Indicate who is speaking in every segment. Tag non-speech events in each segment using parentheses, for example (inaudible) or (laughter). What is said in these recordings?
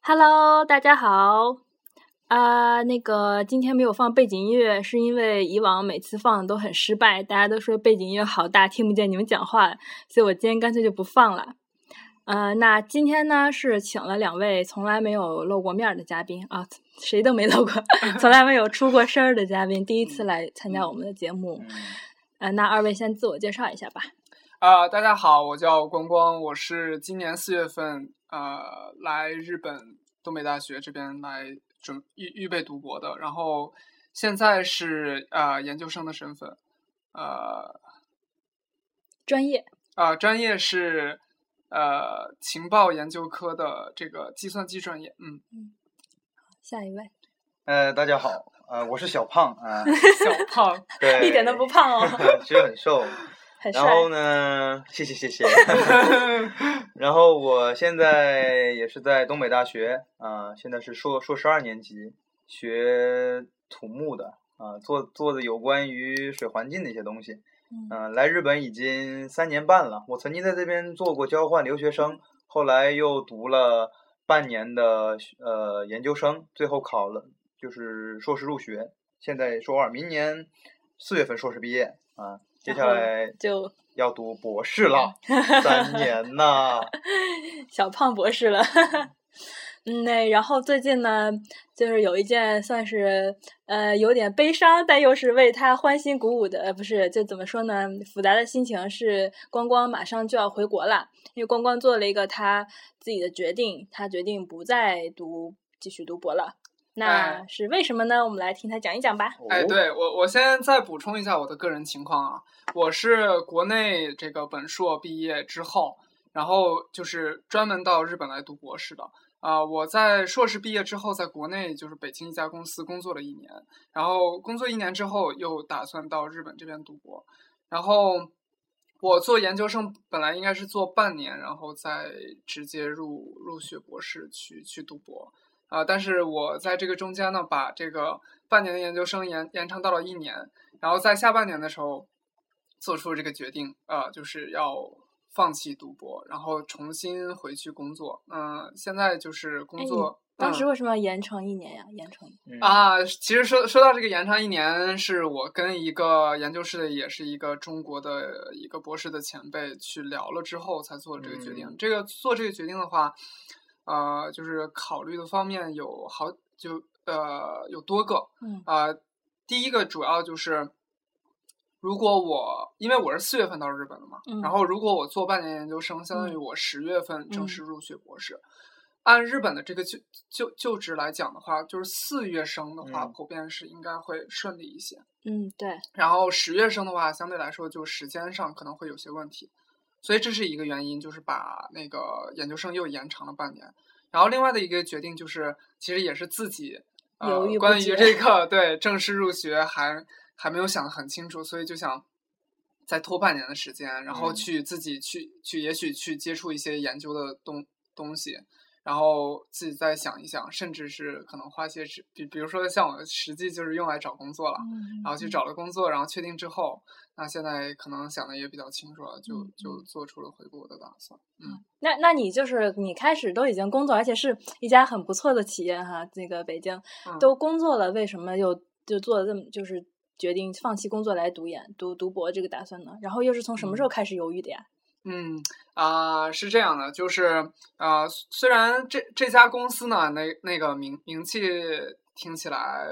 Speaker 1: Hello，大家好。啊、那个今天没有放背景音乐，是因为以往每次放都很失败，大家都说背景音乐好大，听不见你们讲话，所以我今天干脆就不放了。呃，那今天呢是请了两位从来没有露过面儿的嘉宾啊，谁都没露过， (laughs) 从来没有出过声儿的嘉宾，第一次来参加我们的节目。
Speaker 2: 嗯
Speaker 1: 呃，那二位先自我介绍一下吧。 (laughs)
Speaker 3: 啊、大家好，我叫光光，我是今年四月份呃来日本东北大学这边来准预预备读博的，然后现在是呃研究生的身份，呃
Speaker 1: 专业
Speaker 3: 啊、专业是呃情报研究科的这个计算机专业，嗯，
Speaker 1: 下一位，
Speaker 2: 呃，大家好，呃，我是小胖啊、
Speaker 3: 小胖， (laughs)
Speaker 2: 对，
Speaker 1: (laughs)
Speaker 2: 呃
Speaker 1: 一点都不，胖哦，
Speaker 2: 其实很瘦。
Speaker 1: (laughs) 很帅
Speaker 2: 然。后呢，谢谢谢谢。然后我现在也是在东北大学啊、现在是硕硕士二年级，学土木的啊、做做的有关于水环境的一些东西。
Speaker 1: 嗯
Speaker 2: 嗯、来日本已经三年半了，我曾经在这边做过交换留学生，后来又读了半年的呃研究生，最后考了就是硕士入学，现在硕二，明年四月份硕士毕业啊，接
Speaker 1: 然
Speaker 2: 下
Speaker 1: 后
Speaker 2: 来
Speaker 1: 就
Speaker 2: 要读博士了，三年
Speaker 3: (laughs)
Speaker 2: 呐，哦
Speaker 1: (laughs) 小胖博士了。嗯，那然后最近呢，就是有一件算是呃有点悲伤，但又是为他欢欣鼓舞的，呃，不是，就怎么说呢？复杂的心情是光光马上就要回国了，因为光光做了一个他自己的决定，他决定不再读继续读博了。那
Speaker 3: 哎
Speaker 1: 是为什么呢？我们来听他讲一讲吧。
Speaker 3: 哎，
Speaker 2: 哦，
Speaker 3: 对我，我先再补充一下我的个人情况啊，我是国内这个本硕毕业之后，然后就是专门到日本来读博士的。啊、我在硕士毕业之后，在国内就是北京一家公司工作了一年，然后工作一年之后又打算到日本这边读博，然后我做研究生本来应该是做半年，然后再直接入入学博士去去读博，啊、但是我在这个中间呢，把这个半年的研究生延延长到了一年，然后在下半年的时候做出了这个决定，啊，就是要放弃读博，然后重新回去工作。嗯、现在就是
Speaker 1: 哎
Speaker 3: 工
Speaker 1: 你
Speaker 3: 作。
Speaker 1: 当时
Speaker 3: 嗯
Speaker 1: 为什么要延长一年呀？延长一年
Speaker 2: 嗯，
Speaker 3: 啊，其实说说到这个延长一年，是我跟一个研究室的，也是一个中国的一个博士的前辈去聊了之后才做了这个决定。
Speaker 2: 嗯
Speaker 3: 这个做这个决定的话，呃，就是考虑的方面有好就呃有多个，
Speaker 1: 嗯
Speaker 3: 啊、第一个主要就是，如果我因为我是四月份到日本的嘛，
Speaker 1: 嗯
Speaker 3: 然后如果我做半年研究生，相当于
Speaker 1: 嗯
Speaker 3: 我十月份正
Speaker 1: 嗯
Speaker 3: 式入学博士。按日本的这个就就就职来讲的话，就是四月生的话，
Speaker 2: 嗯
Speaker 3: 普遍是应该会顺利一些。
Speaker 1: 嗯，对，
Speaker 3: 然后十月生的话，相对来说就时间上可能会有些问题，所以这是一个原因，就是把那个研究生又延长了半年。然后另外的一个决定就是，其实也是自己呃
Speaker 1: 犹豫不
Speaker 3: 关于
Speaker 1: 决
Speaker 3: 这个对正式入学还还没有想得很清楚，所以就想再拖半年的时间，然后
Speaker 2: 嗯
Speaker 3: 去自己去去也许去接触一些研究的东东西，然后自己再想一想，甚至是可能花些时，比比如说像我实际就是用来找工作了。然
Speaker 1: 嗯
Speaker 3: 后去找了工作，然后确定之后，那现在可能想的也比较清楚了，就
Speaker 1: 嗯
Speaker 3: 就
Speaker 1: 嗯
Speaker 3: 做出了回国的打算。嗯
Speaker 1: 那那你就是你开始都已经工作，而且是一家很不错的企业哈，那个北京
Speaker 3: 嗯，
Speaker 1: 都工作了，为什么又就做了这么就是决定放弃工作来读研读读博这个打算呢？然后又是从什么时候开始犹豫的呀？
Speaker 3: 嗯啊、是这样的，就是啊、虽虽然这这家公司呢，那那个名名气听起来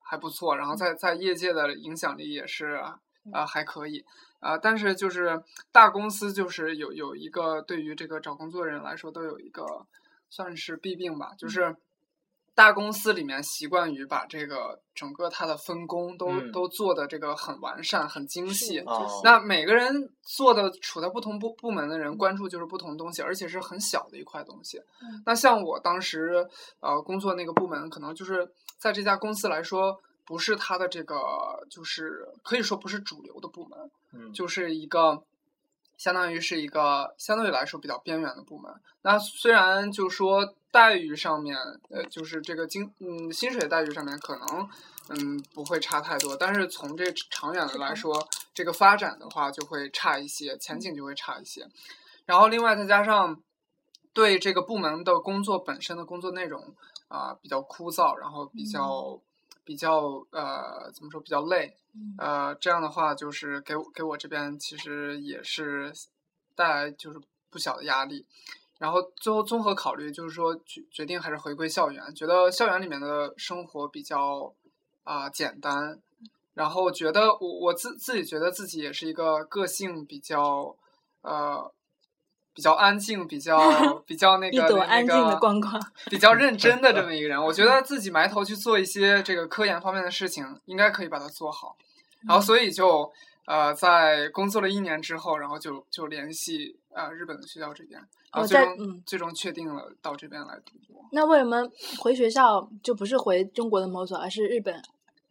Speaker 3: 还不错，然后在在业界的影响力也是啊、呃还可以啊、但是就是大公司就是有有一个对于这个找工作人来说都有一个算是弊病吧，就是。大公司里面习惯于把这个整个它的分工都、
Speaker 2: 嗯
Speaker 3: 都做的这个很完善、很精细，
Speaker 1: 是
Speaker 2: 哦
Speaker 1: 就是
Speaker 3: 那每个人做的处在不同部部门的人关注就是不同东西，而且是很小的一块东西。
Speaker 1: 嗯
Speaker 3: 那像我当时呃工作那个部门，可能就是在这家公司来说，不是它的这个就是可以说不是主流的部门，
Speaker 2: 嗯
Speaker 3: 就是一个相当于是一个相对来说比较边缘的部门。那虽然就说待遇上面，呃，就是这个经嗯薪水待遇上面可能嗯不会差太多，但是从这长远的来嗯说，这个发展的话就会差一些，前景就会差一些。然后另外再加上对这个部门的工作本身的工作内容啊、比较枯燥，然后比较、比较呃怎么说比较累，
Speaker 1: 嗯
Speaker 3: 呃这样的话就是给我给我这边其实也是带来就是不小的压力。然后最后综合考虑，就是说决决定还是回归校园，觉得校园里面的生活比较啊、简单，然后觉得我我自自己觉得自己也是一个个性比较呃比较安静、比
Speaker 1: (laughs)
Speaker 3: 较比较那
Speaker 1: 一
Speaker 3: 个
Speaker 1: 朵
Speaker 3: 那
Speaker 1: 安静的光光， (laughs)
Speaker 3: 比较认真的这么一个人。我觉得自己埋头去做一些这个科研方面的事情，应该可以把它做好。然后
Speaker 1: 嗯
Speaker 3: 所以就呃，在工作了一年之后，然后就就联系呃日本的学校这边，然后
Speaker 1: 哦
Speaker 3: 最
Speaker 1: 在
Speaker 3: 终、
Speaker 1: 嗯
Speaker 3: 最终确定了到这边来读博。
Speaker 1: 那为什么回学校就不是回中国的某所，而是日本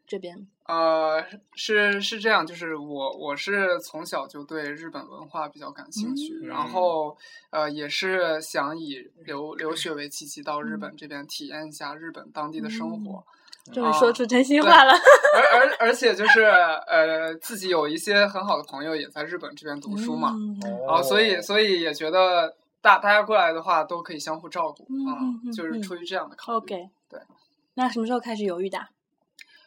Speaker 1: 这边？
Speaker 3: 呃，是是这样，就是我我是从小就对日本文化比较感兴趣，
Speaker 2: 嗯
Speaker 3: 然后呃也是想以留留学为契机到
Speaker 1: 嗯
Speaker 3: 日本这边体验一下日本当地的生活。
Speaker 1: 终于说
Speaker 3: 哦
Speaker 1: 出真心话了。
Speaker 3: 而而而且就是呃，自己有一些很好的朋友也在日本这边读书嘛，
Speaker 1: 嗯
Speaker 3: 然后哦所
Speaker 2: 哦
Speaker 3: 以所以也觉得大大家过来的话都可以相互照顾，啊
Speaker 1: 嗯嗯嗯
Speaker 3: 就是
Speaker 1: 嗯
Speaker 3: 出于这样的考虑。
Speaker 1: OK，
Speaker 3: 哦对。
Speaker 1: 那什么时候开始犹豫的？啊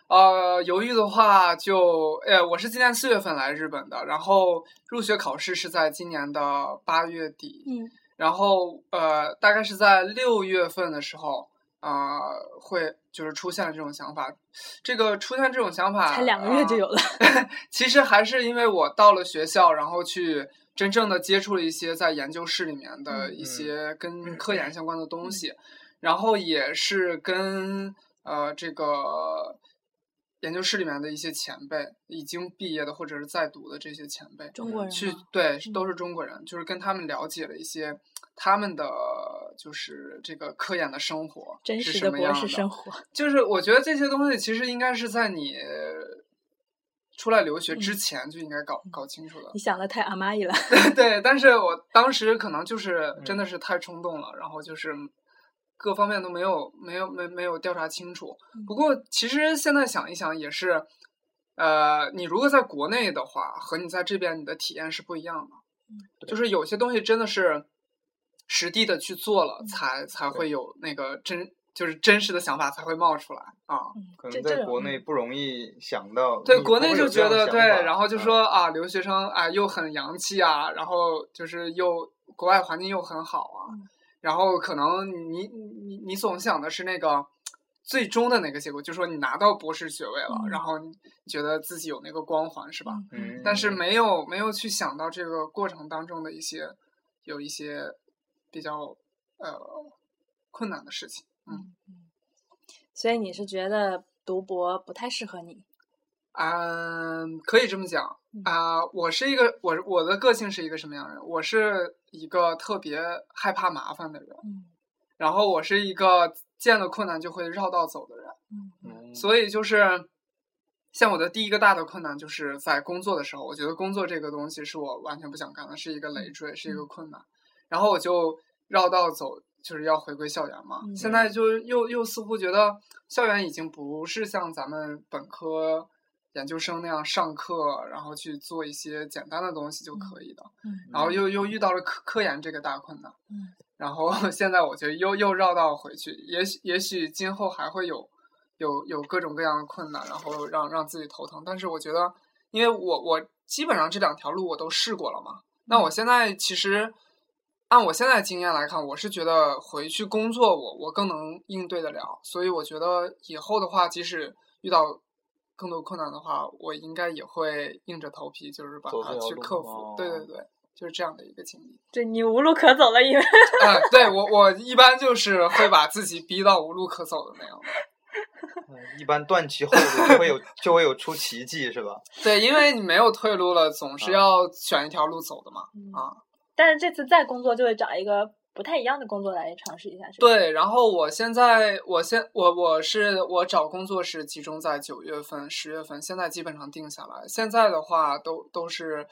Speaker 3: 呃，犹豫的话就，呃，我是今年四月份来日本的，然后入学考试是在今年的八月底，
Speaker 1: 嗯，
Speaker 3: 然后呃，大概是在六月份的时候，啊、会就是出现了这种想法。这个出现这种想法
Speaker 1: 才两个月就
Speaker 3: 有。
Speaker 1: 有了。
Speaker 3: 其实还是因为我到了学校，然后去真正的接触了一些在研究室里面
Speaker 1: 嗯
Speaker 3: 的一些跟科研相关的东西，然后也是跟呃这个研究室里面的一些前辈，已经毕业的或者是在读的这些前辈，
Speaker 1: 中国人
Speaker 3: 去
Speaker 1: 吗
Speaker 3: 对
Speaker 1: 嗯
Speaker 3: 都是中国人，就是跟他们了解了一些他们的就是这个科研的生活
Speaker 1: 真
Speaker 3: 是
Speaker 1: 实
Speaker 3: 什
Speaker 1: 的
Speaker 3: 么
Speaker 1: 博
Speaker 3: 样
Speaker 1: 士
Speaker 3: 的。
Speaker 1: 生活，
Speaker 3: 就是我觉得这些东西其实应该是在你出来留学之
Speaker 1: 嗯
Speaker 3: 前就应该搞、搞清楚的。
Speaker 1: 你想的太阿玛伊了。
Speaker 3: (laughs) 对，但是我当时可能就是真的
Speaker 1: 嗯
Speaker 3: 是太冲动了，然后就是各方面都没有没有没没有调查清楚。不
Speaker 1: 嗯
Speaker 3: 过其实现在想一想也是，呃，你如果在国内的话，和你在这边你的体验是不一样的，
Speaker 1: 嗯
Speaker 3: 就是有些东西真的是实地的去做了，
Speaker 1: 嗯
Speaker 3: 才才会有那个真。就是真实的想法才会冒出来啊！
Speaker 2: 可
Speaker 1: 这
Speaker 2: 能
Speaker 1: 这
Speaker 2: 在
Speaker 1: 种嗯
Speaker 2: 国内不容易想到，
Speaker 3: 对，
Speaker 2: 你
Speaker 3: 国
Speaker 2: 不
Speaker 3: 内
Speaker 2: 会
Speaker 3: 就
Speaker 2: 有这
Speaker 3: 觉
Speaker 2: 样的
Speaker 3: 得
Speaker 2: 想
Speaker 3: 对，
Speaker 2: 法
Speaker 3: 然后就
Speaker 2: 嗯
Speaker 3: 说啊，留学生啊又很洋气啊，然后就是又国外环境又很好啊，
Speaker 1: 嗯
Speaker 3: 然后可能你你你总想的是那个最终的那个结果，就说你拿到博士学位了，
Speaker 1: 嗯
Speaker 3: 然后你觉得自己有那个光环是吧？
Speaker 2: 嗯，
Speaker 3: 但是没有没有去想到这个过程当中的一些有一些比较呃困难的事情，嗯
Speaker 1: 所以你是觉得读博不太适合你？
Speaker 3: 啊、可以这么讲。
Speaker 1: 嗯
Speaker 3: 啊、我是一个我我的个性是一个什么样的人？我是一个特别害怕麻烦的人，
Speaker 1: 嗯
Speaker 3: 然后我是一个见了困难就会绕道走的人，
Speaker 1: 嗯
Speaker 2: 嗯，
Speaker 3: 所以就是像我的第一个大的困难就是在工作的时候，我觉得工作这个东西是我完全不想干的，是一个
Speaker 1: 嗯
Speaker 3: 累赘，是一个困难，然后我就绕道走，就是要回归校园嘛。
Speaker 1: 嗯
Speaker 3: 现在就又又似乎觉得校园已经不是像咱们本科。研究生那样上课，然后去做一些简单的东西就可以的。
Speaker 1: 嗯
Speaker 3: 然后又又遇到了科科研这个大困难，
Speaker 1: 嗯，
Speaker 3: 然后 (laughs) 现在我觉得又又绕道回去，也许也许今后还会有有有各种各样的困难，然后让让自己头疼。但是我觉得，因为我我基本上这两条路我都试过了嘛，那我现在其实按我现在的经验来看，我是觉得回去工作我我更能应对得了，所以我觉得以后的话，即使遇到更多困难的话，我应该也会硬着头皮，就是把
Speaker 2: 走
Speaker 3: 它
Speaker 2: 这条
Speaker 3: 去
Speaker 2: 路
Speaker 3: 克服。对
Speaker 2: 哦
Speaker 3: 对对，就是这样的一个经历。 (laughs)
Speaker 1: 对你无路可走了，因为
Speaker 3: 啊、对我我一般就是会把自己逼到无路可走的那样。
Speaker 2: 嗯一般断其后路就会有就会有出奇迹是吧？
Speaker 3: 对，因为你没有退路了，总是
Speaker 2: 啊
Speaker 3: 要选一条路走的嘛。啊，
Speaker 1: 但是这次再工作就会找一个不太一样的工作来尝试一下，是吧？
Speaker 3: 对，然后我现在，我现我我是我找工作是集中在九月份、十月份，现在基本上定下来。现在的话都都是，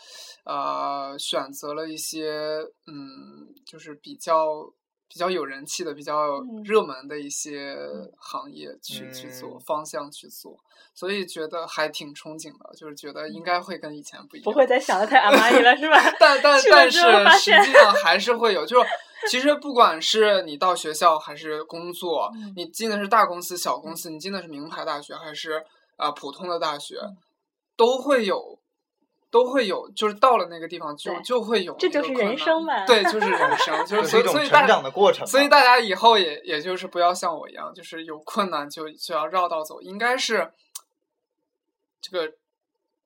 Speaker 3: 呃，选择了一些嗯，就是比较比较有人气的、比较
Speaker 1: 嗯
Speaker 3: 热门的一些行业去、去做
Speaker 2: 嗯
Speaker 3: 方向去做，所以觉得还挺憧憬的，就是觉得应该会跟以前不一样。
Speaker 1: (laughs)
Speaker 3: (laughs)
Speaker 1: 不会再想的太阿玛伊了，是吧？
Speaker 3: 但但
Speaker 1: 去了
Speaker 3: 但
Speaker 1: 之
Speaker 3: 是
Speaker 1: 后发
Speaker 3: 实际上还是会有，就是其实不管是你到学校还是工作，
Speaker 1: 嗯
Speaker 3: 你进的是大公司、小公司，你进的是名牌大学还是啊、呃普通的大学，
Speaker 1: 嗯
Speaker 3: 都会有，都会有，就是到了那个地方就
Speaker 4: 对
Speaker 3: 就会有
Speaker 4: 这
Speaker 3: 那个
Speaker 4: 就是
Speaker 3: 困
Speaker 4: 人
Speaker 3: 难
Speaker 4: 生嘛
Speaker 3: 对，
Speaker 1: (laughs)
Speaker 3: 就是人生，就
Speaker 2: 这是
Speaker 3: 是 (laughs) 所
Speaker 2: 一
Speaker 3: 以
Speaker 2: 种
Speaker 3: 所以大
Speaker 2: 成
Speaker 3: 家
Speaker 2: 长的过程嘛。啊
Speaker 3: 所以大家以后也也就是不要像我一样，就是有困难就就要绕道走，应该是这个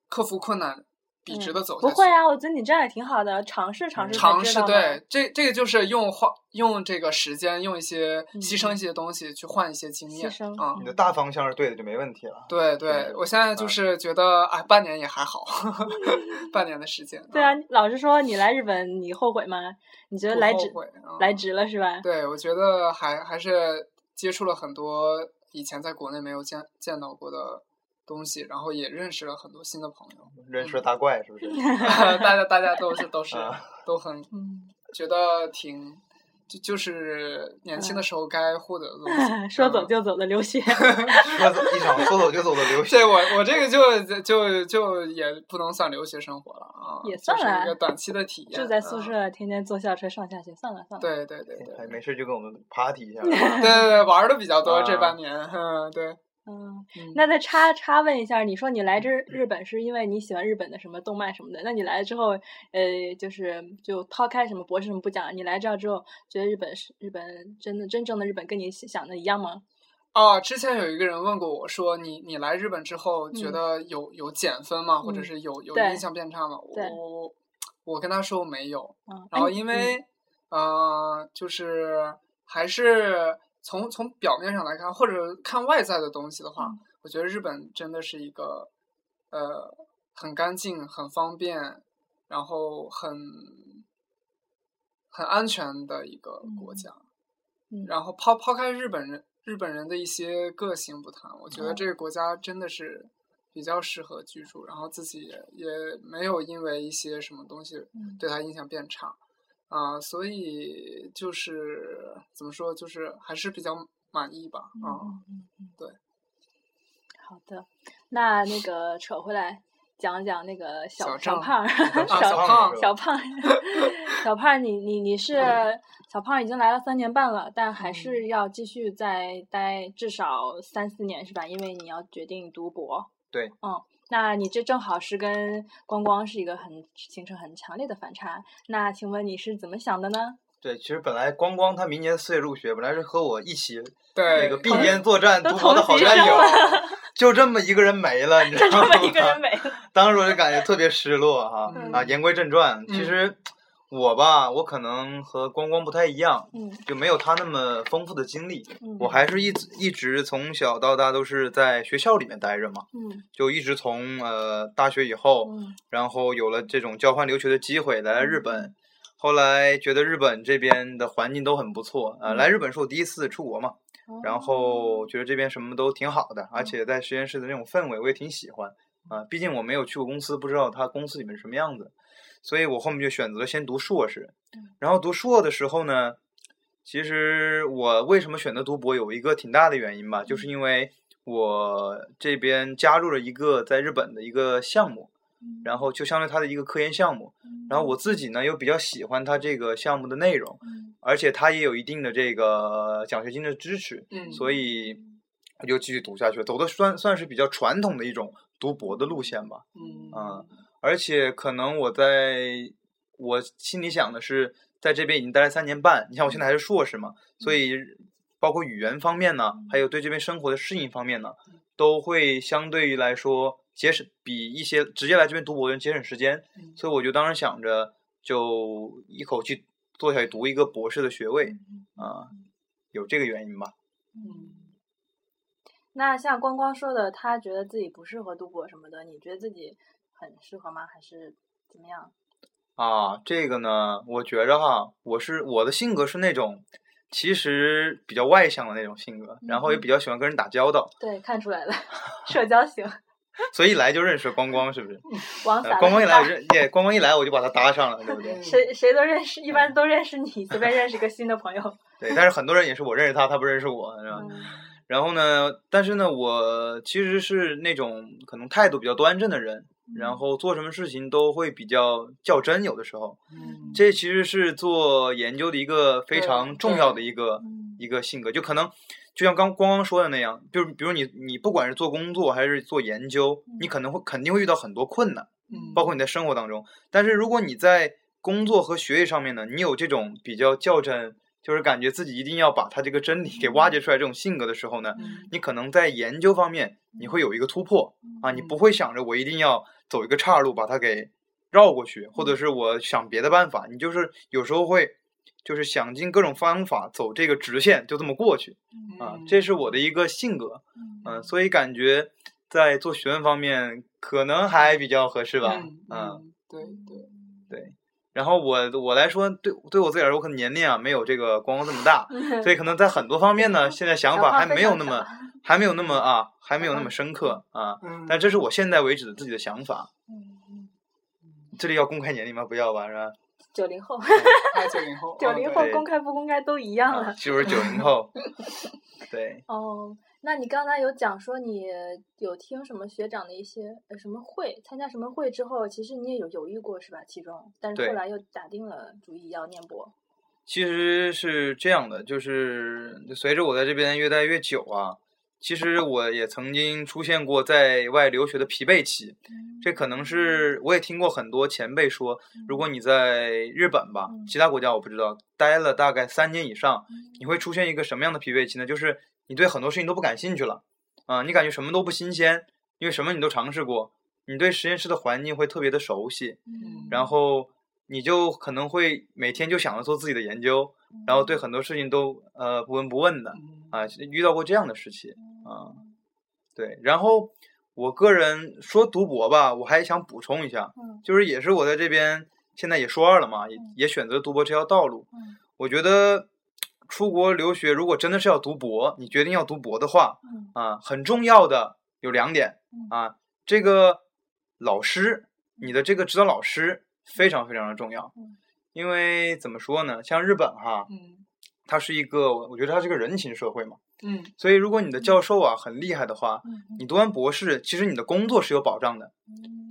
Speaker 3: 克服困难，笔直的走下
Speaker 1: 不
Speaker 3: 去。
Speaker 1: 会啊，我觉得你这样也挺好的，尝试尝试才
Speaker 3: 尝
Speaker 1: 知
Speaker 3: 试
Speaker 1: 道嘛
Speaker 3: 对，这这个就是用花用这个时间，用一些
Speaker 1: 嗯
Speaker 3: 牺牲一些东西去换一些经验
Speaker 1: 牺牲
Speaker 3: 啊、
Speaker 1: 嗯
Speaker 2: 你的大方向是对的就没问题了。
Speaker 3: 对对
Speaker 2: 对，
Speaker 3: 我现在就是觉得哎，半年也还好， (laughs) 半年的时间。嗯
Speaker 1: 对啊，老师说你来日本，你后悔吗？你觉得
Speaker 3: 不
Speaker 1: 来
Speaker 3: 后
Speaker 1: 值
Speaker 3: 悔啊
Speaker 1: 来值了是吧？
Speaker 3: 对，我觉得还还是接触了很多以前在国内没有见见到过的东西，然后也认识了很多新的朋
Speaker 1: (laughs)
Speaker 3: 友。
Speaker 2: 认识了大怪是不是？
Speaker 3: 大家大家都是都是
Speaker 2: 啊
Speaker 3: 都很
Speaker 1: 嗯， (laughs)
Speaker 3: 觉得挺就就是年轻的时候该获得的东西。
Speaker 1: 嗯 (laughs) 说走
Speaker 3: 嗯
Speaker 1: 就走的留学，
Speaker 2: 说走一场说走就走的
Speaker 3: (laughs)
Speaker 2: 流
Speaker 3: 这
Speaker 2: 血，
Speaker 3: 我我这个就就就也不能算留学生活了啊，
Speaker 1: 也
Speaker 3: 就
Speaker 1: 算
Speaker 3: 是
Speaker 1: 啦
Speaker 3: 一个短期的体验。
Speaker 1: 住在宿
Speaker 3: 嗯
Speaker 1: 舍，天天坐校车上下学，算了算了。
Speaker 3: 对对对对
Speaker 2: 哎，
Speaker 3: 对
Speaker 2: 没事就跟我们 party 一下。
Speaker 3: 对对，玩的比较多这
Speaker 2: 啊
Speaker 3: 半年，嗯，对。
Speaker 1: 嗯，
Speaker 3: 嗯
Speaker 1: 那再插插问一下，你说你来这日本是因为你喜欢日本的什么动漫什么的？那你来之后，呃，就是就抛开什么博士什么不讲，你来这儿之后，觉得日本是日本真的真正的日本跟你想的一样吗？
Speaker 3: 哦，之前有一个人问过我说：“你你来日本之后，觉
Speaker 1: 嗯
Speaker 3: 得有、有减分吗？或者
Speaker 1: 嗯
Speaker 3: 是有有
Speaker 1: 对
Speaker 3: 印象变差吗？”
Speaker 1: 对
Speaker 3: 我我跟他说没有，
Speaker 1: 嗯，哎
Speaker 3: 然哦后因为、呃，就是还是从从表面上来看，或者看外在的东西的话，
Speaker 1: 嗯
Speaker 3: 我觉得日本真的是一个呃很干净、很方便，然后很很安全的一个国
Speaker 1: 嗯
Speaker 3: 家。
Speaker 1: 嗯
Speaker 3: 然后抛抛开日本人日本人的一些个性不谈，我觉得
Speaker 1: 哦
Speaker 3: 这个国家真的是比较适合居住，然后自己也也没有因为一些什么东西
Speaker 1: 嗯
Speaker 3: 对他印象变差啊、所以就是怎么说，就是还是比较满意吧
Speaker 1: 嗯
Speaker 3: 啊、
Speaker 1: 嗯嗯嗯，
Speaker 3: 对。
Speaker 1: 好的，那那个扯回来讲讲那个
Speaker 3: 小
Speaker 1: 小
Speaker 3: 张
Speaker 1: 胖儿
Speaker 2: 小
Speaker 3: 啊
Speaker 1: (laughs) 小
Speaker 3: (laughs) 小
Speaker 1: 小
Speaker 3: 胖
Speaker 1: 胖儿小胖儿，你你你是
Speaker 2: 嗯
Speaker 1: 小胖儿已经来了三年半了，但还是要继续再待至少三四年是吧？因为你要决定读博。
Speaker 2: 对。
Speaker 1: 嗯，那你这正好是跟光光是一个很形成很强烈的反差。那请问你是怎么想的
Speaker 2: (laughs)
Speaker 1: 呢？
Speaker 2: 对，其实本来光光他明年四月入学，本来是和我一起
Speaker 3: 对，
Speaker 2: 那个并肩作战
Speaker 1: 都
Speaker 2: 读博的好
Speaker 1: 同时
Speaker 2: 战友啊
Speaker 1: 上，
Speaker 2: 就这么一个人没了，你知
Speaker 1: 就
Speaker 2: 道
Speaker 1: 这
Speaker 2: 吗？
Speaker 1: 么一个人没
Speaker 2: (laughs)
Speaker 1: 了。
Speaker 2: 当时我就感觉特别失落哈、
Speaker 3: 嗯
Speaker 2: 啊！言归正传，
Speaker 3: 嗯
Speaker 2: 其实我吧，我可能和光光不太一样，
Speaker 1: 嗯
Speaker 2: 就没有他那么丰富的经历。
Speaker 1: 嗯。
Speaker 2: 我还是一直一直从小到大都是在学校里面待着嘛，
Speaker 1: 嗯
Speaker 2: 就一直从呃大学以后，
Speaker 1: 嗯
Speaker 2: 然后有了这种交换留学的机会，来了日本。后来觉得日本这边的环境都很不错，呃，
Speaker 1: 嗯
Speaker 2: 来日本是我第一次出国嘛，
Speaker 1: 哦
Speaker 2: 然后觉得这边什么都挺好的，而且在实验室的那种氛围我也挺喜欢啊。毕竟我没有去过公司，不知道他公司里面是什么样子，所以我后面就选择先读硕士
Speaker 1: 嗯。
Speaker 2: 然后读硕的时候呢，其实我为什么选择读博有一个挺大的原因吧，就是因为我这边加入了一个在日本的一个项目，
Speaker 1: 嗯
Speaker 2: 然后就相当于它的一个科研项目。然后我自己呢又比较喜欢它这个项目的内容，
Speaker 1: 嗯
Speaker 2: 而且它也有一定的这个奖学金的支持。
Speaker 3: 嗯，
Speaker 2: 所以我就继续读下去了，走的算算是比较传统的一种读博的路线吧。
Speaker 3: 嗯
Speaker 2: 啊而且可能我在我心里想的是，在这边已经待了三年半，你像我现在还是硕士嘛，所
Speaker 3: 嗯
Speaker 2: 以包括语言方面呢，还有对这边生活的适应方面呢，
Speaker 3: 嗯
Speaker 2: 都会相对于来说节省，比一些直接来这边读博的人节省时间。
Speaker 3: 嗯
Speaker 2: 所以我就当时想着，就一口气做下去读一个博士的学位啊、有这个原因吧。
Speaker 3: 嗯
Speaker 1: 那像光光说的，他觉得自己不适合读博什么的，你觉得自己很适合吗？还是怎么样？
Speaker 2: 啊，这个呢，我觉着哈，我是我的性格是那种，其实比较外向的那种性格，然后也
Speaker 1: 嗯
Speaker 2: 比较喜欢跟人打交道，
Speaker 1: 对，看出
Speaker 4: (laughs)
Speaker 1: 来了，社交型，
Speaker 2: 所以一来就认识光光，是不是？
Speaker 1: 王
Speaker 2: 呃
Speaker 1: 散
Speaker 2: 光光一来我
Speaker 1: 大
Speaker 2: 认，对，光光一来我就把他搭上
Speaker 1: 嗯
Speaker 2: 了，对不对？
Speaker 1: 谁谁都认识，一般都认识你，随便认识个新的朋友。
Speaker 2: (laughs) 对，但是很多人也是我认识他，他不认识我，是吧？
Speaker 1: 嗯
Speaker 2: 然后呢，但是呢，我其实是那种可能态度比较端正的人，
Speaker 1: 嗯
Speaker 2: 然后做什么事情都会比较较真，有的时候，
Speaker 3: 嗯
Speaker 2: 这其实是做研究的一个非
Speaker 3: 对
Speaker 2: 常重
Speaker 3: 对
Speaker 2: 要的一个
Speaker 1: 嗯
Speaker 2: 一个性格，就可能就像刚光光说的那样，就是比如你你不管是做工作还是做研究，你可能会肯定会遇到很多困难，
Speaker 3: 嗯
Speaker 2: 包括你在生活当中。但是如果你在工作和学业上面呢，你有这种比较较真，就是感觉自己一定要把他这个真理给挖掘出来这种性格的时候呢，
Speaker 3: 嗯
Speaker 2: 你可能在研究方面你会有一个突破啊，
Speaker 3: 嗯
Speaker 2: 你不会想着我一定要走一个岔路把它给绕过去，
Speaker 3: 嗯
Speaker 2: 或者是我想别的办法，你就是有时候会就是想尽各种方法走这个直线就这么过去啊
Speaker 3: 嗯，
Speaker 2: 这是我的一个性格，嗯、所以感觉在做学问方面可能还比较合适吧，啊
Speaker 3: 嗯嗯，对对，
Speaker 2: 然后我我来说，对对我自己来说，我可能年龄啊没有这个光光这么大，
Speaker 4: 嗯
Speaker 2: 所以可能在很多方面呢，现在想
Speaker 4: 想
Speaker 2: 法
Speaker 4: 法
Speaker 2: 还
Speaker 4: 非
Speaker 2: 没有
Speaker 4: 常嗯
Speaker 2: 那
Speaker 4: 少
Speaker 2: 么还没有那么啊，还没有那么深刻啊。
Speaker 3: 嗯，
Speaker 2: 但这是我现在为止的自己的想法。
Speaker 4: 嗯，
Speaker 2: 这里要公开年龄吗？不要吧，是吧？
Speaker 4: 九零后，
Speaker 3: 他九零后，
Speaker 1: 九
Speaker 3: 啊
Speaker 1: 零
Speaker 3: 对
Speaker 1: 后
Speaker 2: 哦对
Speaker 1: 公开不公开都一样
Speaker 2: 啊
Speaker 1: 了。
Speaker 2: 就是九零后。对，
Speaker 4: 哦，那你刚才有讲说你有听什么学长的一些呃什么会，参加什么会之后，其实你也有犹豫过是吧？其中，但是
Speaker 2: 对
Speaker 4: 后来又打定了主意要念博。
Speaker 2: 其实是这样的，就是随着我在这边越待越久啊，其实我也曾经出现过在外留学的疲惫期。这可能是我也听过很多前辈说，如果你在日本吧，
Speaker 4: 嗯
Speaker 2: 其他国家我不知道，待了大概三年以上，你会出现一个什么样的疲惫期呢？就是你对很多事情都不感兴趣了，啊、你感觉什么都不新鲜，因为什么你都尝试过，你对实验室的环境会特别的熟悉，
Speaker 3: 嗯
Speaker 2: 然后你就可能会每天就想着做自己的研究，然后对很多事情都呃不闻不问的，
Speaker 3: 嗯
Speaker 2: 啊，遇到过这样的事情
Speaker 4: 嗯
Speaker 2: 啊，对。然后我个人说读博吧，我还想补充一下，
Speaker 4: 嗯
Speaker 2: 就是也是我在这边现在也硕二了嘛，也也选择读博这条道路。
Speaker 4: 嗯
Speaker 2: 我觉得出国留学如果真的是要读博，你决定要读博的话
Speaker 4: 嗯
Speaker 2: 啊，很重要的有两点
Speaker 4: 嗯
Speaker 2: 啊，这个老师，你的这个指导老师非常非常的重要
Speaker 4: 嗯，
Speaker 2: 因为怎么说呢，像日本哈，
Speaker 3: 嗯
Speaker 2: 它是一个我我觉得它是个人情社会嘛。
Speaker 3: 嗯
Speaker 2: 所以，如果你的教授啊很厉害的话，
Speaker 4: 嗯嗯
Speaker 2: 你读完博士，其实你的工作是有保障的。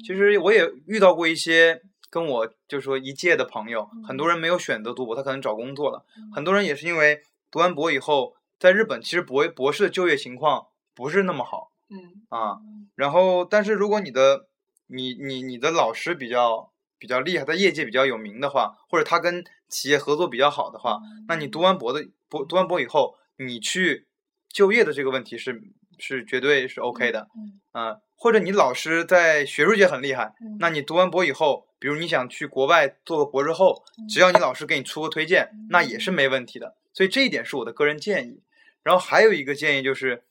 Speaker 2: 其实我也遇到过一些跟我就说一届的朋友，很
Speaker 4: 嗯
Speaker 2: 多人没有选择读博，他可能找工作了。很多人也是因为读完博以后，在日本其实博博士的就业情况不是那么好
Speaker 3: 嗯
Speaker 2: 啊。然后，但是如果你的你你你的老师比较比较厉害，在业界比较有名的话，或者他跟企业合作比较好的话，啊那你
Speaker 4: 嗯
Speaker 2: 读完博的博读完博以后，你去就业的这个问题是是绝对是 OK 的，
Speaker 4: 嗯
Speaker 2: 啊、或者你老师在学术界很厉害，
Speaker 4: 嗯
Speaker 2: 那你读完博以后，比如你想去国外做个博士后，只要你老师给你出个推荐，那也是没问题的。所以这一点是我的个人建议。然后还有一个建议就是，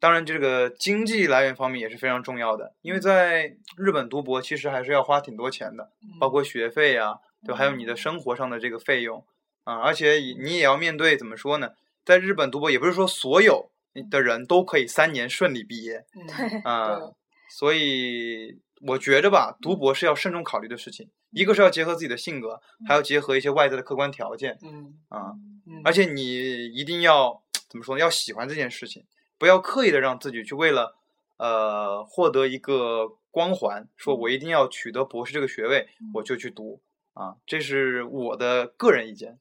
Speaker 2: 当然这个经济来源方面也是非常重要的，因为在日本读博其实还是要花挺多钱的，包括学费啊，对吧，还有你的生活上的这个费用啊，而且也你也要面对怎么说呢，在日本读博也不是说所有的人都可以三年顺利毕业
Speaker 3: 嗯
Speaker 4: (laughs)
Speaker 2: 啊
Speaker 3: 对，
Speaker 2: 所以我觉着吧，
Speaker 3: 嗯
Speaker 2: 读博是要慎重考虑的事情，一个是要结合自己的性格，还要结合一些外在的客观条件
Speaker 3: 嗯
Speaker 2: 啊，
Speaker 3: 嗯，
Speaker 2: 而且你一定要怎么说呢，要喜欢这件事情，不要刻意的让自己去为了呃获得一个光环，
Speaker 3: 嗯
Speaker 2: 说我一定要取得博士这个学位，我就去读啊，这是我的个人意见。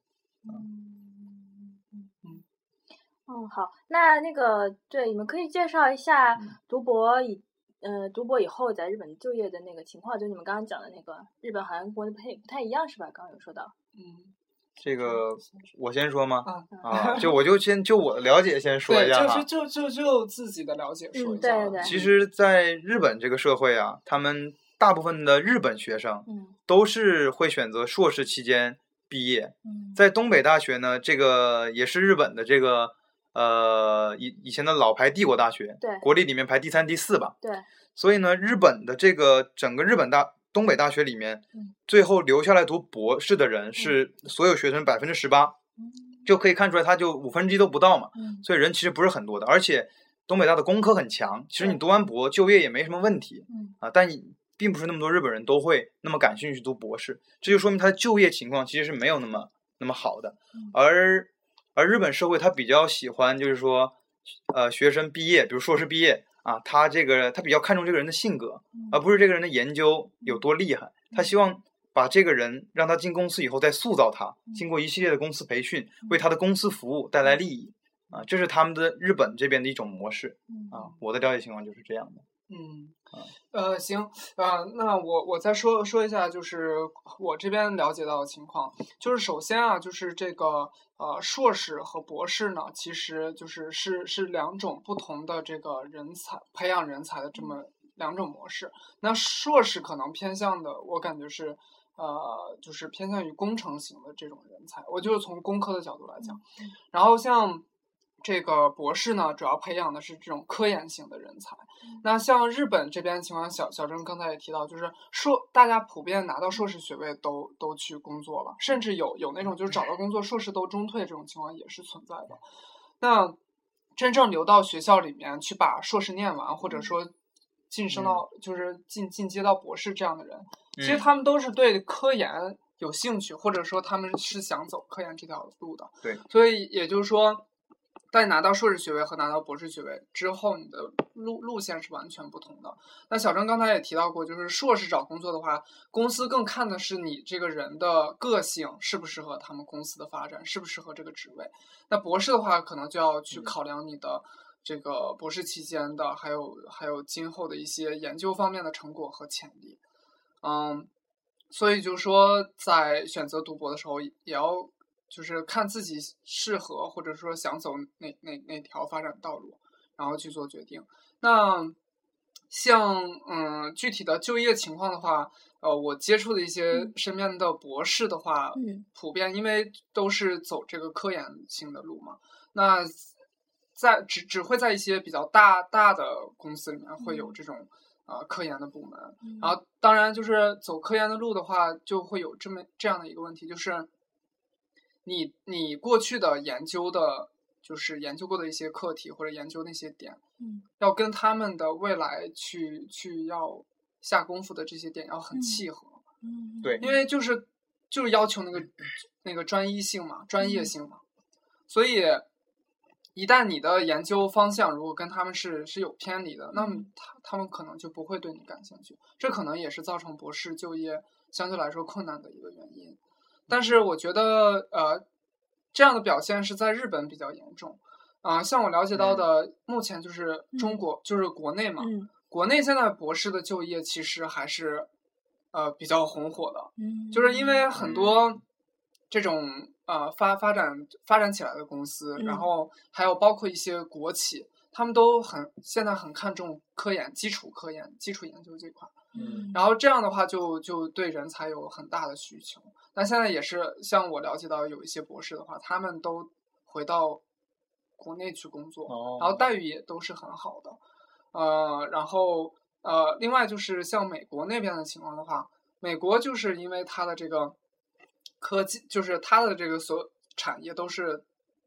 Speaker 4: 嗯，好，那那个对，你们可以介绍一下
Speaker 2: 嗯
Speaker 4: 读博以，呃，读博以后在日本就业的那个情况，就你们刚刚讲的那个日本好像跟国内不太不太一样是吧？刚刚有说到，
Speaker 3: 嗯
Speaker 2: 这个我先说吗？
Speaker 3: 啊
Speaker 2: 啊，就我就先就我的了解先说一
Speaker 3: 对，
Speaker 2: 下
Speaker 3: 就
Speaker 2: 哈
Speaker 3: 是。就就就自己的了解说
Speaker 4: 嗯
Speaker 3: 一下吧，
Speaker 4: 对对
Speaker 2: 其实，在日本这个社会啊，他们大部分的日本学生
Speaker 4: 嗯
Speaker 2: 都是会选择硕士期间毕业。
Speaker 4: 嗯
Speaker 2: 在东北大学呢，这个也是日本的这个呃以以前的老牌帝国大学，
Speaker 4: 对
Speaker 2: 国啊立里面排第三、第四吧。
Speaker 4: 对，
Speaker 2: 所以呢，日本的这个整个日本大东北大学里面，
Speaker 4: 嗯
Speaker 2: 最后留下来读博士的人是所有学生百分之十八，就可以看出来，他就五分之一都不到嘛。
Speaker 4: 嗯
Speaker 2: 所以人其实不是很多的，而且东北大的工科很强，其实你
Speaker 4: 对
Speaker 2: 读完博就业也没什么问题
Speaker 4: 嗯
Speaker 2: 啊，但你并不是那么多日本人都会那么感兴趣读博士，这就说明他的就业情况其实是没有那么那么好的
Speaker 4: 嗯，
Speaker 2: 而而日本社会他比较喜欢就是说，呃，学生毕业，比如硕士毕业，啊，他这个他比较看重这个人的性格，而不是这个人的研究有多厉害。他希望把这个人让他进公司以后再塑造他，经过一系列的公司培训，为他的公司服务带来利益啊，这是他们的日本这边的一种模式
Speaker 4: 嗯
Speaker 2: 啊。我的了解情况就是这样的。
Speaker 3: 嗯，呃，行，呃，那我我再说说一下，就是我这边了解到的情况，就是首先啊，就是这个呃硕士和博士呢，其实就是是是两种不同的这个人才培养人才的这么两种模式。那硕士可能偏向的，我感觉是呃，就是偏向于工程型的这种人才，我就是从工科的角度来讲，然后像。这个博士呢，主要培养的是这种科研型的人才。那像日本这边情况，小小郑刚才也提到，就是硕大家普遍拿到硕士学位都都去工作了，甚至有有那种就是找到工作硕士都中退这种情况也是存在的。那真正留到学校里面去把硕士念完，或者说晋升到、就是进进阶到博士这样的人，其实
Speaker 2: 嗯
Speaker 3: 他们都是对科研有兴趣，或者说他们是想走科研这条路的。
Speaker 2: 对，
Speaker 3: 所以也就是说，在拿到硕士学位和拿到博士学位之后，你的路路线是完全不同的。那小张刚才也提到过，就是硕士找工作的话，公司更看的是你这个人的个性适不适合他们公司的发展，适不适合这个职位。那博士的话，可能就要
Speaker 2: 嗯
Speaker 3: 去考量你的。这个博士期间的，还有还有今后的一些研究方面的成果和潜力，嗯，所以就说在选择读博的时候，也要就是看自己适合或者说想走哪哪哪条发展道路，然后去做决定。那像嗯具体的就业情况的话，呃，我接触的一些
Speaker 1: 嗯
Speaker 3: 身边的博士的话，
Speaker 2: 啊
Speaker 1: 嗯
Speaker 3: 普遍因为都是走这个科研性的路嘛，那在只只会在一些比较大大的公司里面会
Speaker 1: 嗯
Speaker 3: 有这种呃科研的部门，然
Speaker 2: 啊
Speaker 3: 后当然就是走科研的路的话，就会有这么这样的一个问题，就是你你过去的研究的，就是研究过的一些课题或者研究那些点，
Speaker 1: 嗯，
Speaker 3: 要跟他们的未来去去要下功夫的这些点要很
Speaker 1: 嗯
Speaker 3: 契合，
Speaker 1: 嗯
Speaker 2: 对
Speaker 3: 因为就是就是要求那个那个专一性嘛，专业
Speaker 1: 嗯
Speaker 3: 性嘛，所以一旦你的研究方向如果跟他们是是有偏离的，那么
Speaker 1: 嗯
Speaker 3: 他他们可能就不会对你感兴趣，这可能也是造成博士就业相对来说困难的一个原因。但是我觉得呃，这样的表现是在日本比较严重。啊、像我了解到
Speaker 2: 嗯
Speaker 3: 的，目前就是中
Speaker 1: 嗯
Speaker 3: 国，就是国内嘛，
Speaker 1: 嗯
Speaker 3: 国内现在博士的就业其实还是呃比较红火的，
Speaker 1: 嗯，
Speaker 3: 就是因为很多这种呃发发展发展起来的公司，然
Speaker 1: 嗯
Speaker 3: 后还有包括一些国企，他们都很现在很看重科研、基础科研、基础研究这块儿。
Speaker 1: 嗯，
Speaker 3: 然后这样的话就就对人才有很大的需求。那现在也是像我了解到有一些博士的话，他们都回到国内去工作，
Speaker 2: 哦
Speaker 3: 然后待遇也都是很好的。呃，然后呃，另外就是像美国那边的情况的话，美国就是因为它的这个科技，就是它的这个所有产业都是